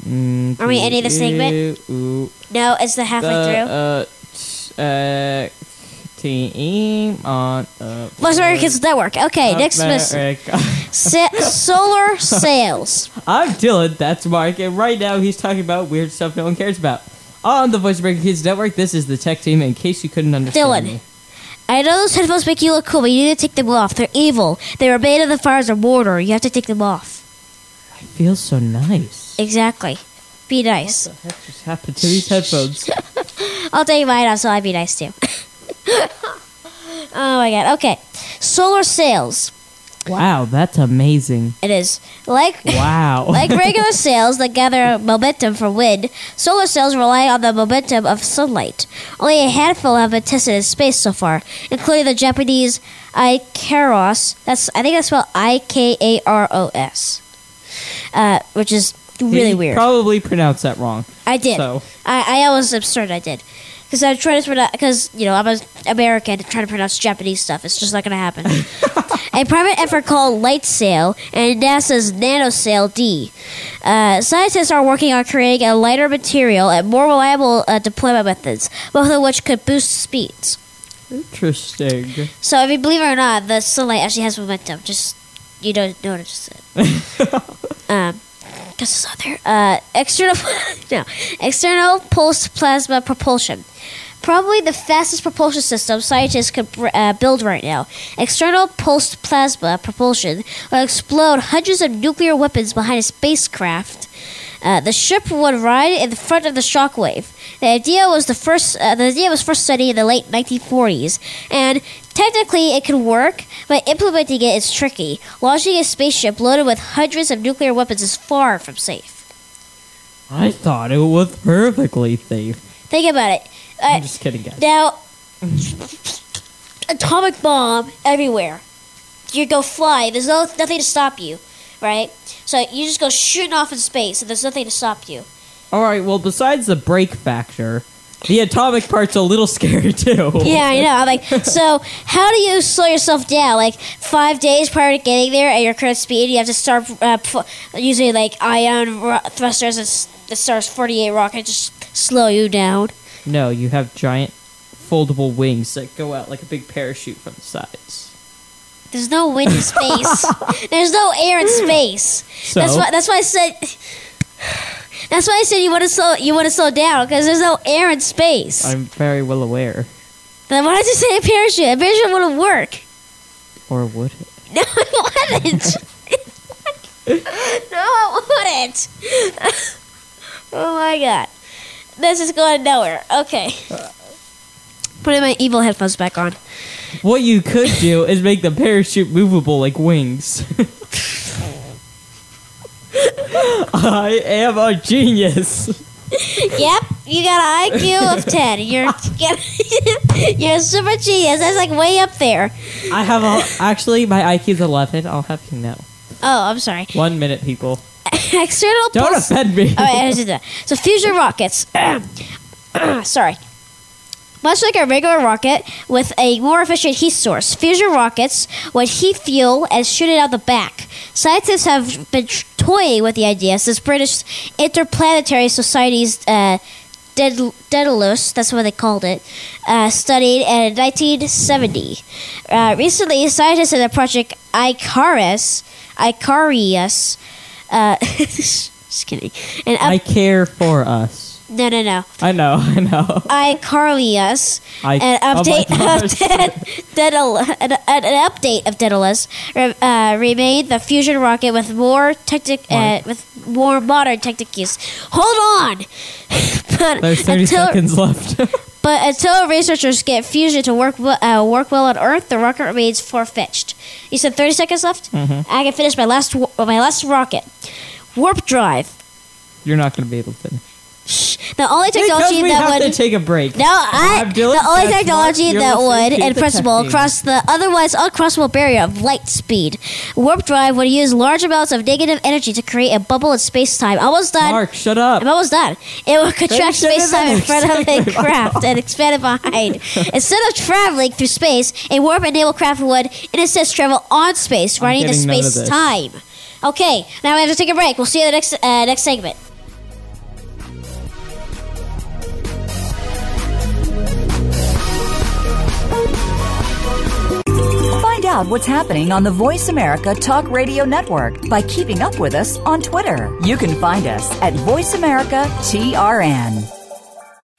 S5: mm,
S4: Are we ending the segment?
S5: Ooh,
S4: No, it's the halfway through.
S5: the, uh, t- uh, team on. Uh,
S4: Voice America Kids Network. Okay, next question.
S5: America.
S4: Sa- solar sails.
S5: I'm Dylan. That's Mark, and right now he's talking about weird stuff no one cares about. On the Voice America Kids Network, this is the tech team. In case you couldn't understand,
S4: Dylan.
S5: me.
S4: I know those headphones make you look cool, but you need to take them off. They're evil. They were made of the fires of mortar. You have to take them off.
S5: it feels so nice.
S4: Exactly. Be nice.
S5: What just happened to these headphones?
S4: I'll take mine off so I'd be nice too. oh my god. Okay. Solar sails.
S5: wow, that's amazing.
S4: It is. Like
S5: Wow.
S4: like regular sails that gather momentum from wind, solar sails rely on the momentum of sunlight. Only a handful have been tested in space so far, including the Japanese Ikaros. That's I think that's spelled I K A R O S, uh, which is really
S5: He
S4: weird.
S5: Probably pronounced that wrong.
S4: I did.
S5: So.
S4: I I almost absurd. I did. Because I'm trying to pronounce, because you know I'm an American trying to pronounce Japanese stuff. It's just not going to happen. a private effort called LightSail and NASA's NanoSail D. Uh, scientists are working on creating a lighter material and more reliable uh, deployment methods, both of which could boost speeds.
S5: Interesting.
S4: So, if you believe it or not, the sunlight actually has momentum. Just you don't notice it. um, because it's out there. Uh, external, no, external pulsed plasma propulsion. Probably the fastest propulsion system scientists could uh, build right now. External pulsed plasma propulsion will explode hundreds of nuclear weapons behind a spacecraft. Uh, the ship would ride in the front of the shockwave. The idea was the first. Uh, the idea was first studied in the late 1940s, and technically it could work, but implementing it is tricky. Launching a spaceship loaded with hundreds of nuclear weapons is far from safe.
S5: I thought it was perfectly safe.
S4: Think about it. Uh,
S5: I'm just kidding, guys.
S4: now, atomic bomb everywhere. You go fly. There's no, nothing to stop you, right? So you just go shooting off in space, and there's nothing to stop you.
S5: All right. Well, besides the break factor, the atomic part's a little scary too.
S4: Yeah, I know. I'm like, so how do you slow yourself down? Like five days prior to getting there at your current speed, you have to start uh, p- using like ion ro- thrusters and s- the Stars 48 rocket just slow you down.
S5: No, you have giant foldable wings that go out like a big parachute from the sides.
S4: There's no wind in space. There's no air in space. That's
S5: So?
S4: why. That's why I said. That's why I said you want to slow. You want to slow down because there's no air in space.
S5: I'm very well aware.
S4: then why did you say a parachute? A parachute wouldn't work.
S5: Or would it?
S4: No, I wouldn't. no, I wouldn't. oh my god, this is going nowhere. Okay, putting my evil headphones back on.
S5: What you could do is make the parachute movable like wings. I am a genius.
S4: Yep, you got an IQ of ten. You're you're a super genius. That's like way up there.
S5: I have a, actually my IQ's eleven. I'll have you know.
S4: Oh, I'm sorry.
S5: One minute, people.
S4: External
S5: Don't
S4: pulse.
S5: offend me.
S4: All right, I did that. So fusion rockets. Sorry. Much like a regular rocket with a more efficient heat source, fusion rockets would heat fuel and shoot it out the back. Scientists have been tr- toying with the idea since British Interplanetary Society's uh, Ded- Daedalus, that's what they called it, uh, studied in 1970. Uh, recently, scientists in the project Icarus, Icarius, uh, just kidding, and up-
S5: I care for us.
S4: no, no, no.
S5: I know. I know.
S4: iCarlius,
S5: I-
S4: an
S5: oh my
S4: update
S5: gosh.
S4: of Dead, Daedal, an, an an update of Daedalus re, uh, remade the fusion rocket with more technic, uh,
S5: Mike.
S4: with more modern technic use. Hold on, but
S5: There's 30
S4: until
S5: seconds left.
S4: but until researchers get fusion to work well, uh, work well on Earth, the rocket remains far-fetched. You said 30 seconds left.
S5: Mm-hmm.
S4: I can finish my last wa- my last rocket. Warp drive.
S5: You're not going to be able to finish.
S4: The only
S5: Because
S4: technology
S5: we
S4: that
S5: have
S4: would
S5: to take a break.
S4: No, I,
S5: I'm
S4: the
S5: Dylan
S4: only
S5: Sessmore.
S4: technology
S5: You're
S4: that
S5: listening
S4: would,
S5: to
S4: in
S5: the
S4: principle,
S5: Tech Team.
S4: cross the otherwise uncrossable barrier of light speed. Warp drive would use large amounts of negative energy to create a bubble in space time. Almost done.
S5: Mark, shut up.
S4: I'm almost done. It would contract
S5: Thirty seven
S4: space time in
S5: minutes.
S4: front of a
S5: Exactly.
S4: craft and expand it behind. Instead of traveling through space, a warp enabled craft would, in a sense, travel on space, running the
S5: getting none of
S4: space
S5: this.
S4: time. Okay, now we have to take a break. We'll see you in the next uh, next segment.
S9: Find out what's happening on the Voice America Talk Radio Network by keeping up with us on Twitter. You can find us at Voice America TRN.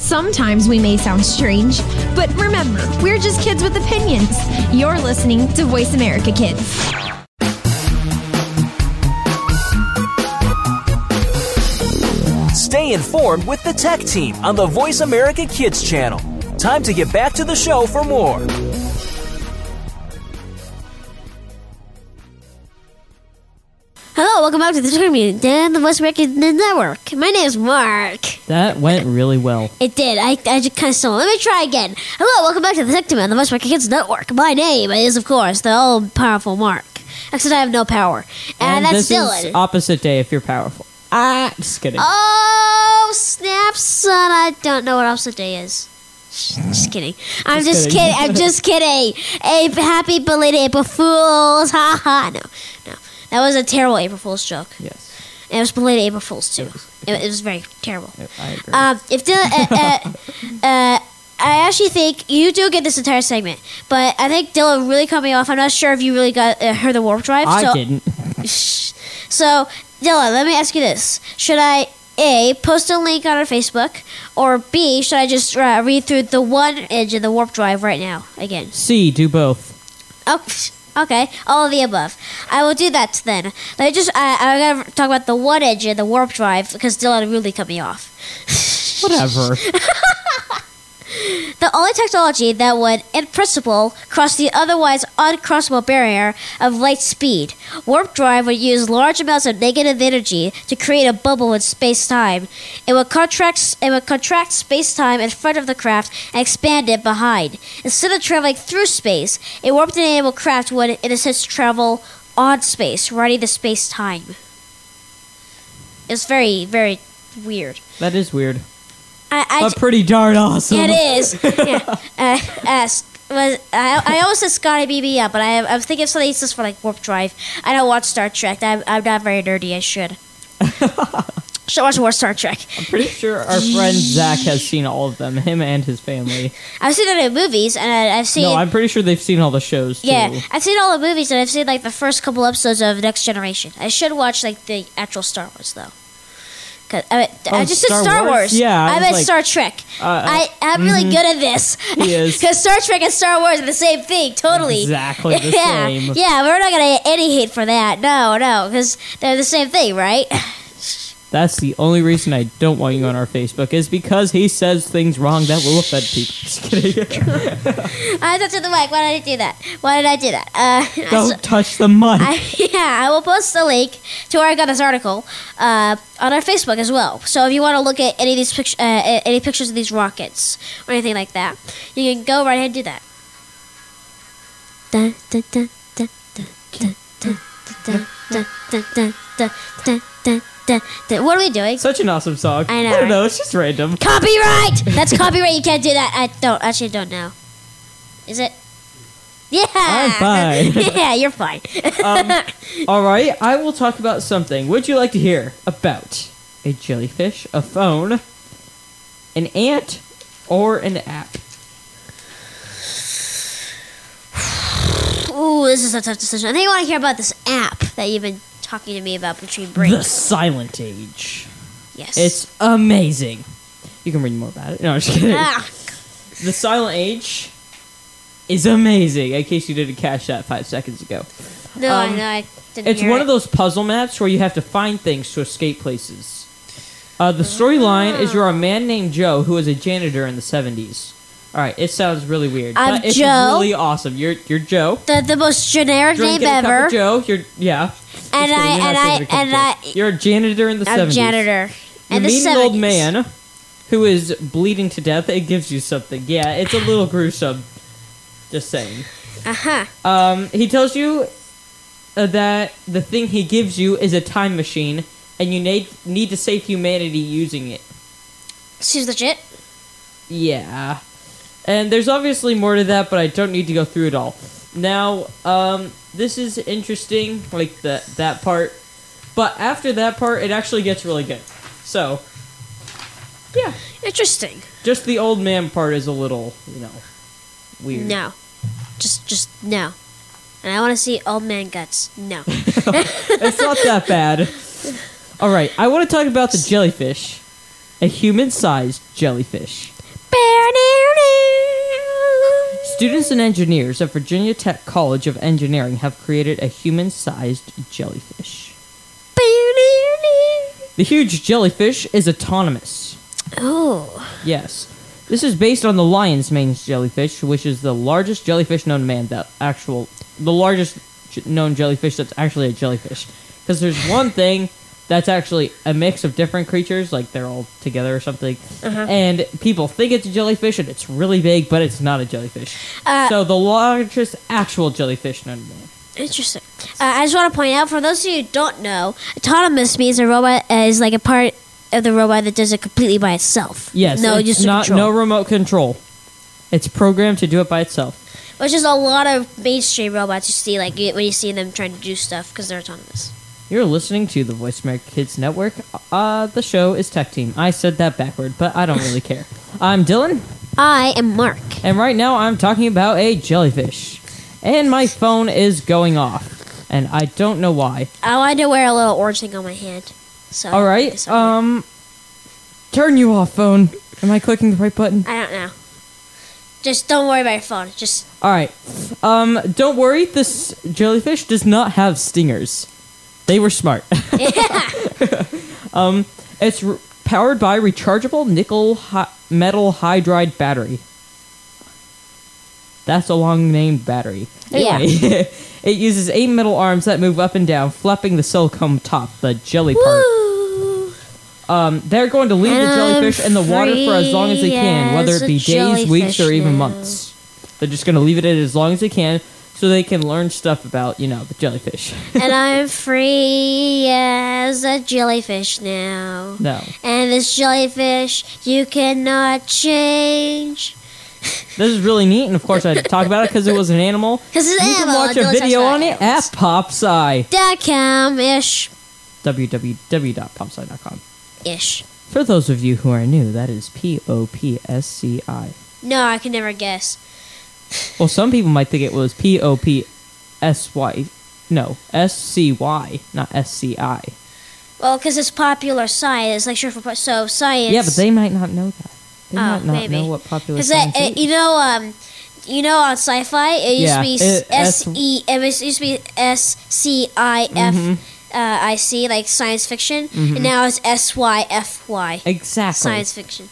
S3: Sometimes we may sound strange, but remember, we're just kids with opinions. You're listening to Voice America Kids.
S2: Stay informed with the tech team on the Voice America Kids channel. Time to get back to the show for more.
S4: Hello, welcome back to the tournament, Dan, the Voice America Network. My name is Mark.
S5: That went really well.
S4: It did. I, I just kind of stole. it. Let me try again. Hello, welcome back to the Sector Man, the Voice America Kids Network. My name is, of course, the all-powerful Mark. Except I have no power, and,
S5: and
S4: that's
S5: this
S4: Dylan. Uh,
S5: is opposite day if you're powerful. Ah, just kidding.
S4: oh snap! upset. I don't know what upset day is. Just kidding. I'm just,
S5: kidding.
S4: kidding. I'm just kidding. A happy belated April Fools. Ha ha. No, no. That was a terrible April Fools joke.
S5: Yes.
S4: And it was belated April Fools too. It, it was very terrible.
S5: I agree.
S4: Um, if the uh, uh, uh, I actually think you do get this entire segment, but I think Dylan really cut me off. I'm not sure if you really got uh, heard the warp drive.
S5: I
S4: so,
S5: didn't.
S4: So Dylan, let me ask you this: Should I a post a link on our Facebook, or b should I just uh, read through the one edge of the warp drive right now again?
S5: C, do both.
S4: Oh, psh, okay. All of the above. I will do that then. Let me just. I, I gotta talk about the one edge of the warp drive because Dylan really cut me off.
S5: Whatever.
S4: The only technology that would, in principle, cross the otherwise uncrossable barrier of light speed. Warp drive would use large amounts of negative energy to create a bubble in space time. It would contract it would contract space time in front of the craft and expand it behind. Instead of traveling through space, a warp enabled craft would, in a sense, travel on space, riding the space time. It's very, very weird.
S5: that is weird.
S4: I, I
S5: But pretty darn awesome.
S4: it is. Yeah. Uh, uh, s- was, I, I always said Scotty BB, yeah, but I, I was thinking of something that's just for like Warp Drive. I don't watch Star Trek. I'm, I'm not very nerdy. I should. should watch more Star Trek.
S5: Pretty sure our friend Zach has seen all of them, him and his family.
S4: I've seen it in movies, and I, I've seen.
S5: No, I'm pretty sure they've seen all the shows too.
S4: yeah, I've seen all the movies, and I've seen like the first couple episodes of Next Generation. I should watch like the actual Star Wars though. 'Cause- I, mean, I
S5: Oh,
S4: just said
S5: Star
S4: Star Wars.
S5: Wars? Yeah, I
S4: I,
S5: was
S4: meant
S5: like-
S4: Star Trek.
S5: Uh, uh,
S4: I, I'm really good at this.
S5: He is.
S4: Because Star Trek and Star Wars are the same thing, totally.
S5: Exactly the
S4: yeah.
S5: same.
S4: Yeah, we're not going to get any hate for that. No, no, because they're the same thing, right?
S5: That's the only reason I don't want you on our Facebook is because he says things wrong that will offend people. Just kidding.
S4: I thought to the mic. Why did I do that? Why did I do that? Uh, I
S5: don't touch the mic.
S4: I, yeah, I will post the link to where I got this article uh, on our Facebook as well. So if you want to look at any of these pictures, uh, a- any pictures of these rockets or anything like that, you can go right ahead and do that. Dun, dun, dun, dun, dun, dun, dun, dun, dun, dun, dun, dun, dun, dun, dun, dun. What are we doing?
S5: Such an awesome song.
S4: I know,
S5: I don't
S4: right?
S5: know. It's just random.
S4: Copyright. That's copyright. You can't do that. I don't. Actually, don't know. Is it? Yeah.
S5: I'm fine.
S4: yeah, you're fine.
S5: All right, I will talk about something. Would you like to hear about a jellyfish, a phone, an ant, or an app?
S4: Ooh, this is a tough decision. I think I want to hear about this app that you've been talking to me about between
S5: The
S4: breaks.
S5: Silent Age.
S4: Yes.
S5: It's amazing. You can read more about it. No, I'm just kidding.
S4: ah,
S5: The Silent Age is amazing. In case you didn't catch that five seconds ago,
S4: no, I know I didn't.
S5: um, it's
S4: hear
S5: one
S4: it.
S5: of those puzzle maps where you have to find things to escape places. Uh, the storyline
S4: Ah.
S5: is you're a man named Joe who is a janitor in the 70s. All right, it sounds really weird,
S4: I'm
S5: but it's
S4: Joe.
S5: really awesome. You're you're Joe.
S4: the the most generic
S5: Drinking
S4: name
S5: a cup of
S4: ever.
S5: Joe. You're yeah. Just
S4: And
S5: kidding,
S4: I-
S5: you're not
S4: and I-
S5: drinking a cup of
S4: and
S5: Joe.
S4: I-
S5: You're a janitor in the
S4: I'm
S5: 70s.
S4: janitor.
S5: You
S4: And the
S5: meet an old
S4: 70s.
S5: man who is bleeding to death. It gives you something. Yeah, it's a little gruesome. Just saying.
S4: Uh huh.
S5: Um, he tells you uh, that the thing he gives you is a time machine, and you need need to save humanity using it.
S4: She's legit.
S5: Yeah, and there's obviously more to that, but I don't need to go through it all. Now, um, this is interesting, like the that part, but after that part, it actually gets really good. So, yeah,
S4: Interesting.
S5: just the old man part is a little, you know, weird.
S4: No, just just no. And I want to see old man guts. No.
S5: it's not that bad. All right, I want to talk about the jellyfish, a human-sized jellyfish. Students and engineers at Virginia Tech College of Engineering have created a human-sized jellyfish. The huge jellyfish is autonomous.
S4: Ooh.
S5: Yes. This is based on the lion's mane jellyfish, which is the largest jellyfish known to man. The actual, the largest j- known jellyfish that's actually a jellyfish. Because there's one thing that's actually a mix of different creatures, like they're all together or something.
S4: Uh-huh.
S5: And people think it's a jellyfish, and it's really big, but it's not a jellyfish.
S4: Uh,
S5: so the largest actual jellyfish known to man.
S4: Interesting. Uh, I just want to point out for those of you who don't know, autonomous means a robot uh, is like a part of the robot that does it completely by itself.
S5: Yes,
S4: no,
S5: it's
S4: just
S5: not
S4: control.
S5: no remote control. It's programmed to do it by itself.
S4: Which is a lot of mainstream robots you see, like you- when you see them trying to do stuff because they're autonomous.
S5: You're listening to the Voice America Kids Network. Uh, the show is Tech Team. I said that backward, but I don't really care. I'm Dylan,
S4: I am Mark.
S5: and right now I'm talking about a jellyfish, and my phone is going off, and I don't know why.
S4: I wanted to wear a little orange thing on my hand. So
S5: All right,
S4: so-
S5: um, turn you off, phone. Am I clicking the right button?
S4: I don't know. Just don't worry about your phone. Just
S5: All right. Um, don't worry. This jellyfish does not have stingers. They were smart. Um,
S4: yeah.
S5: It's re- powered by rechargeable nickel hi- metal hydride battery. That's a long named battery.
S4: Yeah.
S5: Anyway, it uses eight metal arms that move up and down, flapping the silicone top, the jelly part.
S4: Woo!
S5: Um, they're going to leave the
S4: I'm
S5: jellyfish in the water for as long as they can,
S4: free
S5: whether
S4: as
S5: it
S4: a
S5: be days, weeks, or
S4: jellyfish
S5: even
S4: now.
S5: months. They're just going to leave it in as long as they can, so they can learn stuff about you know the jellyfish.
S4: and I'm free as a jellyfish now.
S5: no,
S4: And this jellyfish you cannot change.
S5: this is really neat, and of course I had to talk about it because it was an animal.
S4: 'Cause it's an
S5: you
S4: animal,
S5: can
S4: it
S5: watch a
S4: looks
S5: video
S4: like
S5: on it
S4: animals.
S5: at Popsci.
S4: Dot com ish.
S5: www.popsci.com.
S4: Ish.
S5: For those of you who are new, that is P O P S C I.
S4: No, I can never guess.
S5: Well, some people might think it was P O P S Y. No, S C Y, not S C I.
S4: Well, because it's popular science, like sure for po- so science.
S5: Yeah, but they might not know that. They
S4: Oh,
S5: might not
S4: maybe.
S5: know what popular
S4: Because that
S5: science
S4: uh,
S5: is.
S4: you know, um, you know, on sci-fi it used
S5: Yeah,
S4: to be
S5: it-
S4: S
S5: S-
S4: E. It was- used to be S C I F
S5: Mm-hmm.
S4: uh, I C, like science fiction, and now it's S Y F Y,
S5: Exactly.
S4: science fiction.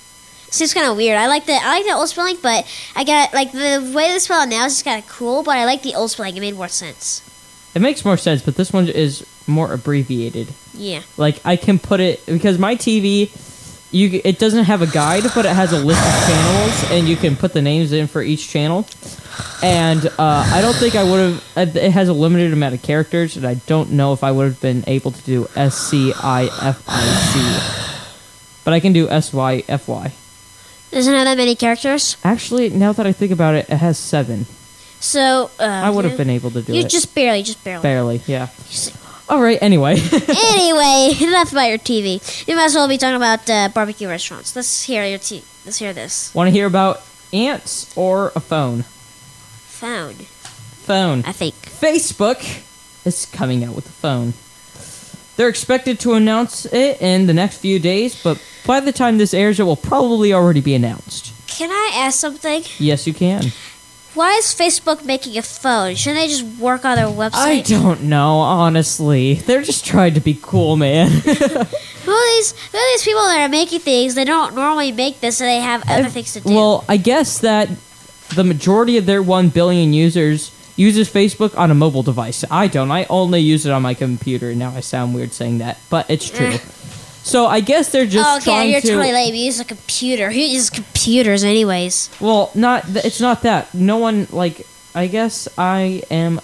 S4: Seems kind of weird. I like the I like the old spelling, but I got like the way they spell it now is just kind of cool. But I like the old spelling; it made more sense.
S5: It makes more sense, but this one is more abbreviated.
S4: Yeah,
S5: Like I can put it because my TV, you it doesn't have a guide, but it has a list of channels, and you can put the names in for each channel. And uh, I don't think I would have. It has a limited amount of characters, and I don't know if I would have been able to do S C I F I C. But I can do S Y F Y.
S4: doesn't have that many characters,
S5: Actually, now that I think about it, it has seven.
S4: so uh,
S5: I would have
S4: you-
S5: been able to do
S4: You
S5: it
S4: just barely, just barely.
S5: barely. Yeah. All right. Anyway.
S4: anyway, enough about your TV. You might as well be talking about uh, barbecue restaurants. Let's hear your t- Let's hear this.
S5: Want to hear about ants or a phone?
S4: Found,
S5: Phone.
S4: I think.
S5: Facebook is coming out with a phone. They're expected to announce it in the next few days, but by the time this airs, it will probably already be announced.
S4: Can I ask something?
S5: Yes, you can.
S4: Why is Facebook making a phone? Shouldn't they just work on their website?
S5: I don't know, honestly. They're just trying to be cool, man.
S4: Who are these? Who are these people that are making things? They don't normally make this, and they have other things to do.
S5: well, I guess that the majority of their 1 billion users uses Facebook on a mobile device. I don't. I only use it on my computer. Now I sound weird saying that, but it's true. so I guess they're just
S4: oh, okay,
S5: trying
S4: you're
S5: to
S4: totally lame. You use a computer. Who uses computers, anyways?
S5: Well, not th- it's not that. No one like I guess I am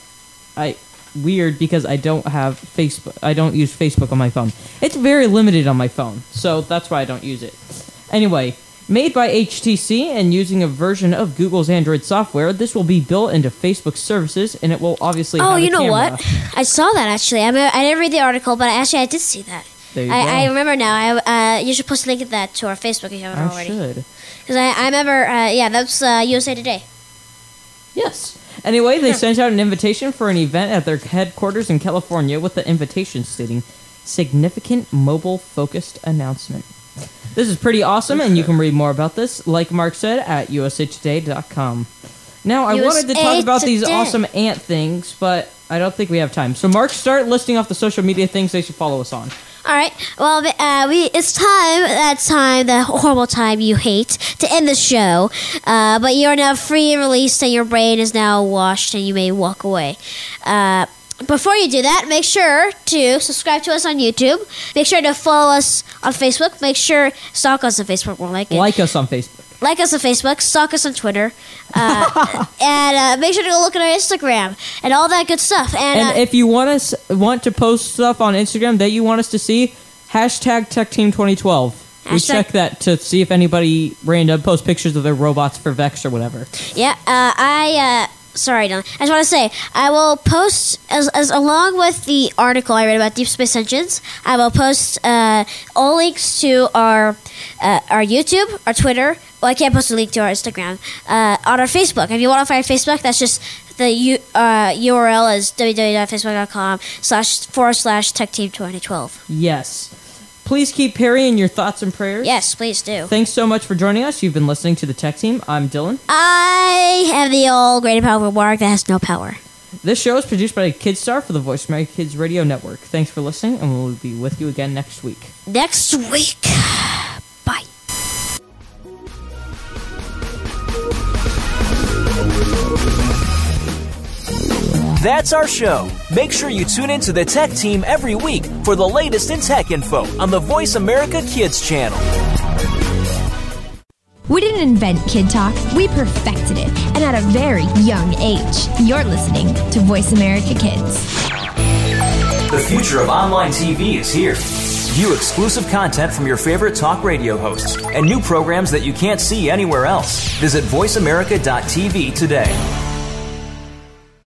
S5: I weird because I don't have Facebook. I don't use Facebook on my phone. It's very limited on my phone. So that's why I don't use it. Anyway, made by HTC and using a version of Google's Android software, this will be built into Facebook services and it will obviously
S4: Oh,
S5: have a
S4: you know
S5: camera.
S4: what? I saw that actually. I, mean, I didn't read the article, but actually, I did see that.
S5: There you
S4: I,
S5: go.
S4: I remember now. I uh, you should post a link of that to our Facebook if you haven't
S5: I
S4: already.
S5: should.
S4: Because I, I remember, uh, yeah, that's uh, USA Today.
S5: Yes. Anyway, they sent out an invitation for an event at their headquarters in California with the invitation stating significant mobile focused announcement. This is pretty awesome, and you can read more about this, like Mark said, at usatoday.com. Now, I wanted to talk
S4: USA
S5: about these
S4: Today.
S5: awesome ant things, but I don't think we have time. So, Mark, start listing off the social media things they should follow us on.
S4: All right. Well, uh, we it's time that time the horrible time you hate to end the show. Uh, but you are now free and released, and your brain is now washed, and you may walk away. Uh, before you do that, make sure to subscribe to us on YouTube. Make sure to follow us on Facebook. Make sure stalk us on Facebook. More like it.
S5: Like us on Facebook.
S4: like us on Facebook, stalk us on Twitter, uh, and uh, make sure to go look at our Instagram and all that good stuff. And,
S5: And
S4: uh,
S5: if you want us want to post stuff on Instagram that you want us to see, Hashtag Tech Team 2012. We
S4: Hashtag-
S5: checked that to see if anybody random post pictures of their robots for Vex or whatever.
S4: Yeah, uh, I. Uh, sorry, Don. I just want to say I will post as, as along with the article I read about deep space engines. I will post uh, all links to our uh, our YouTube, our Twitter. Well, I can't post a link to our Instagram uh, on our Facebook. If you want to find our Facebook, that's just the U, uh, URL is www.facebook.com slash forward slash tech team 2012.
S5: Yes. Please keep parrying your thoughts and prayers.
S4: Yes, please do.
S5: Thanks so much for joining us. You've been listening to the Tech Team. I'm Dylan.
S4: I have the old great and powerful mark that has no power.
S5: This show is produced by Kidstar for the Voice America Kids Radio Network. Thanks for listening, and we'll be with you again next week.
S4: Next week. Bye.
S2: That's our show. Make sure you tune in to the tech team every week for the latest in tech info on the Voice America Kids channel.
S3: We didn't invent Kid Talk, we perfected it, and at a very young age. You're listening to Voice America Kids.
S2: The future of online TV is here. View exclusive content from your favorite talk radio hosts and new programs that you can't see anywhere else. Visit VoiceAmerica.tv today.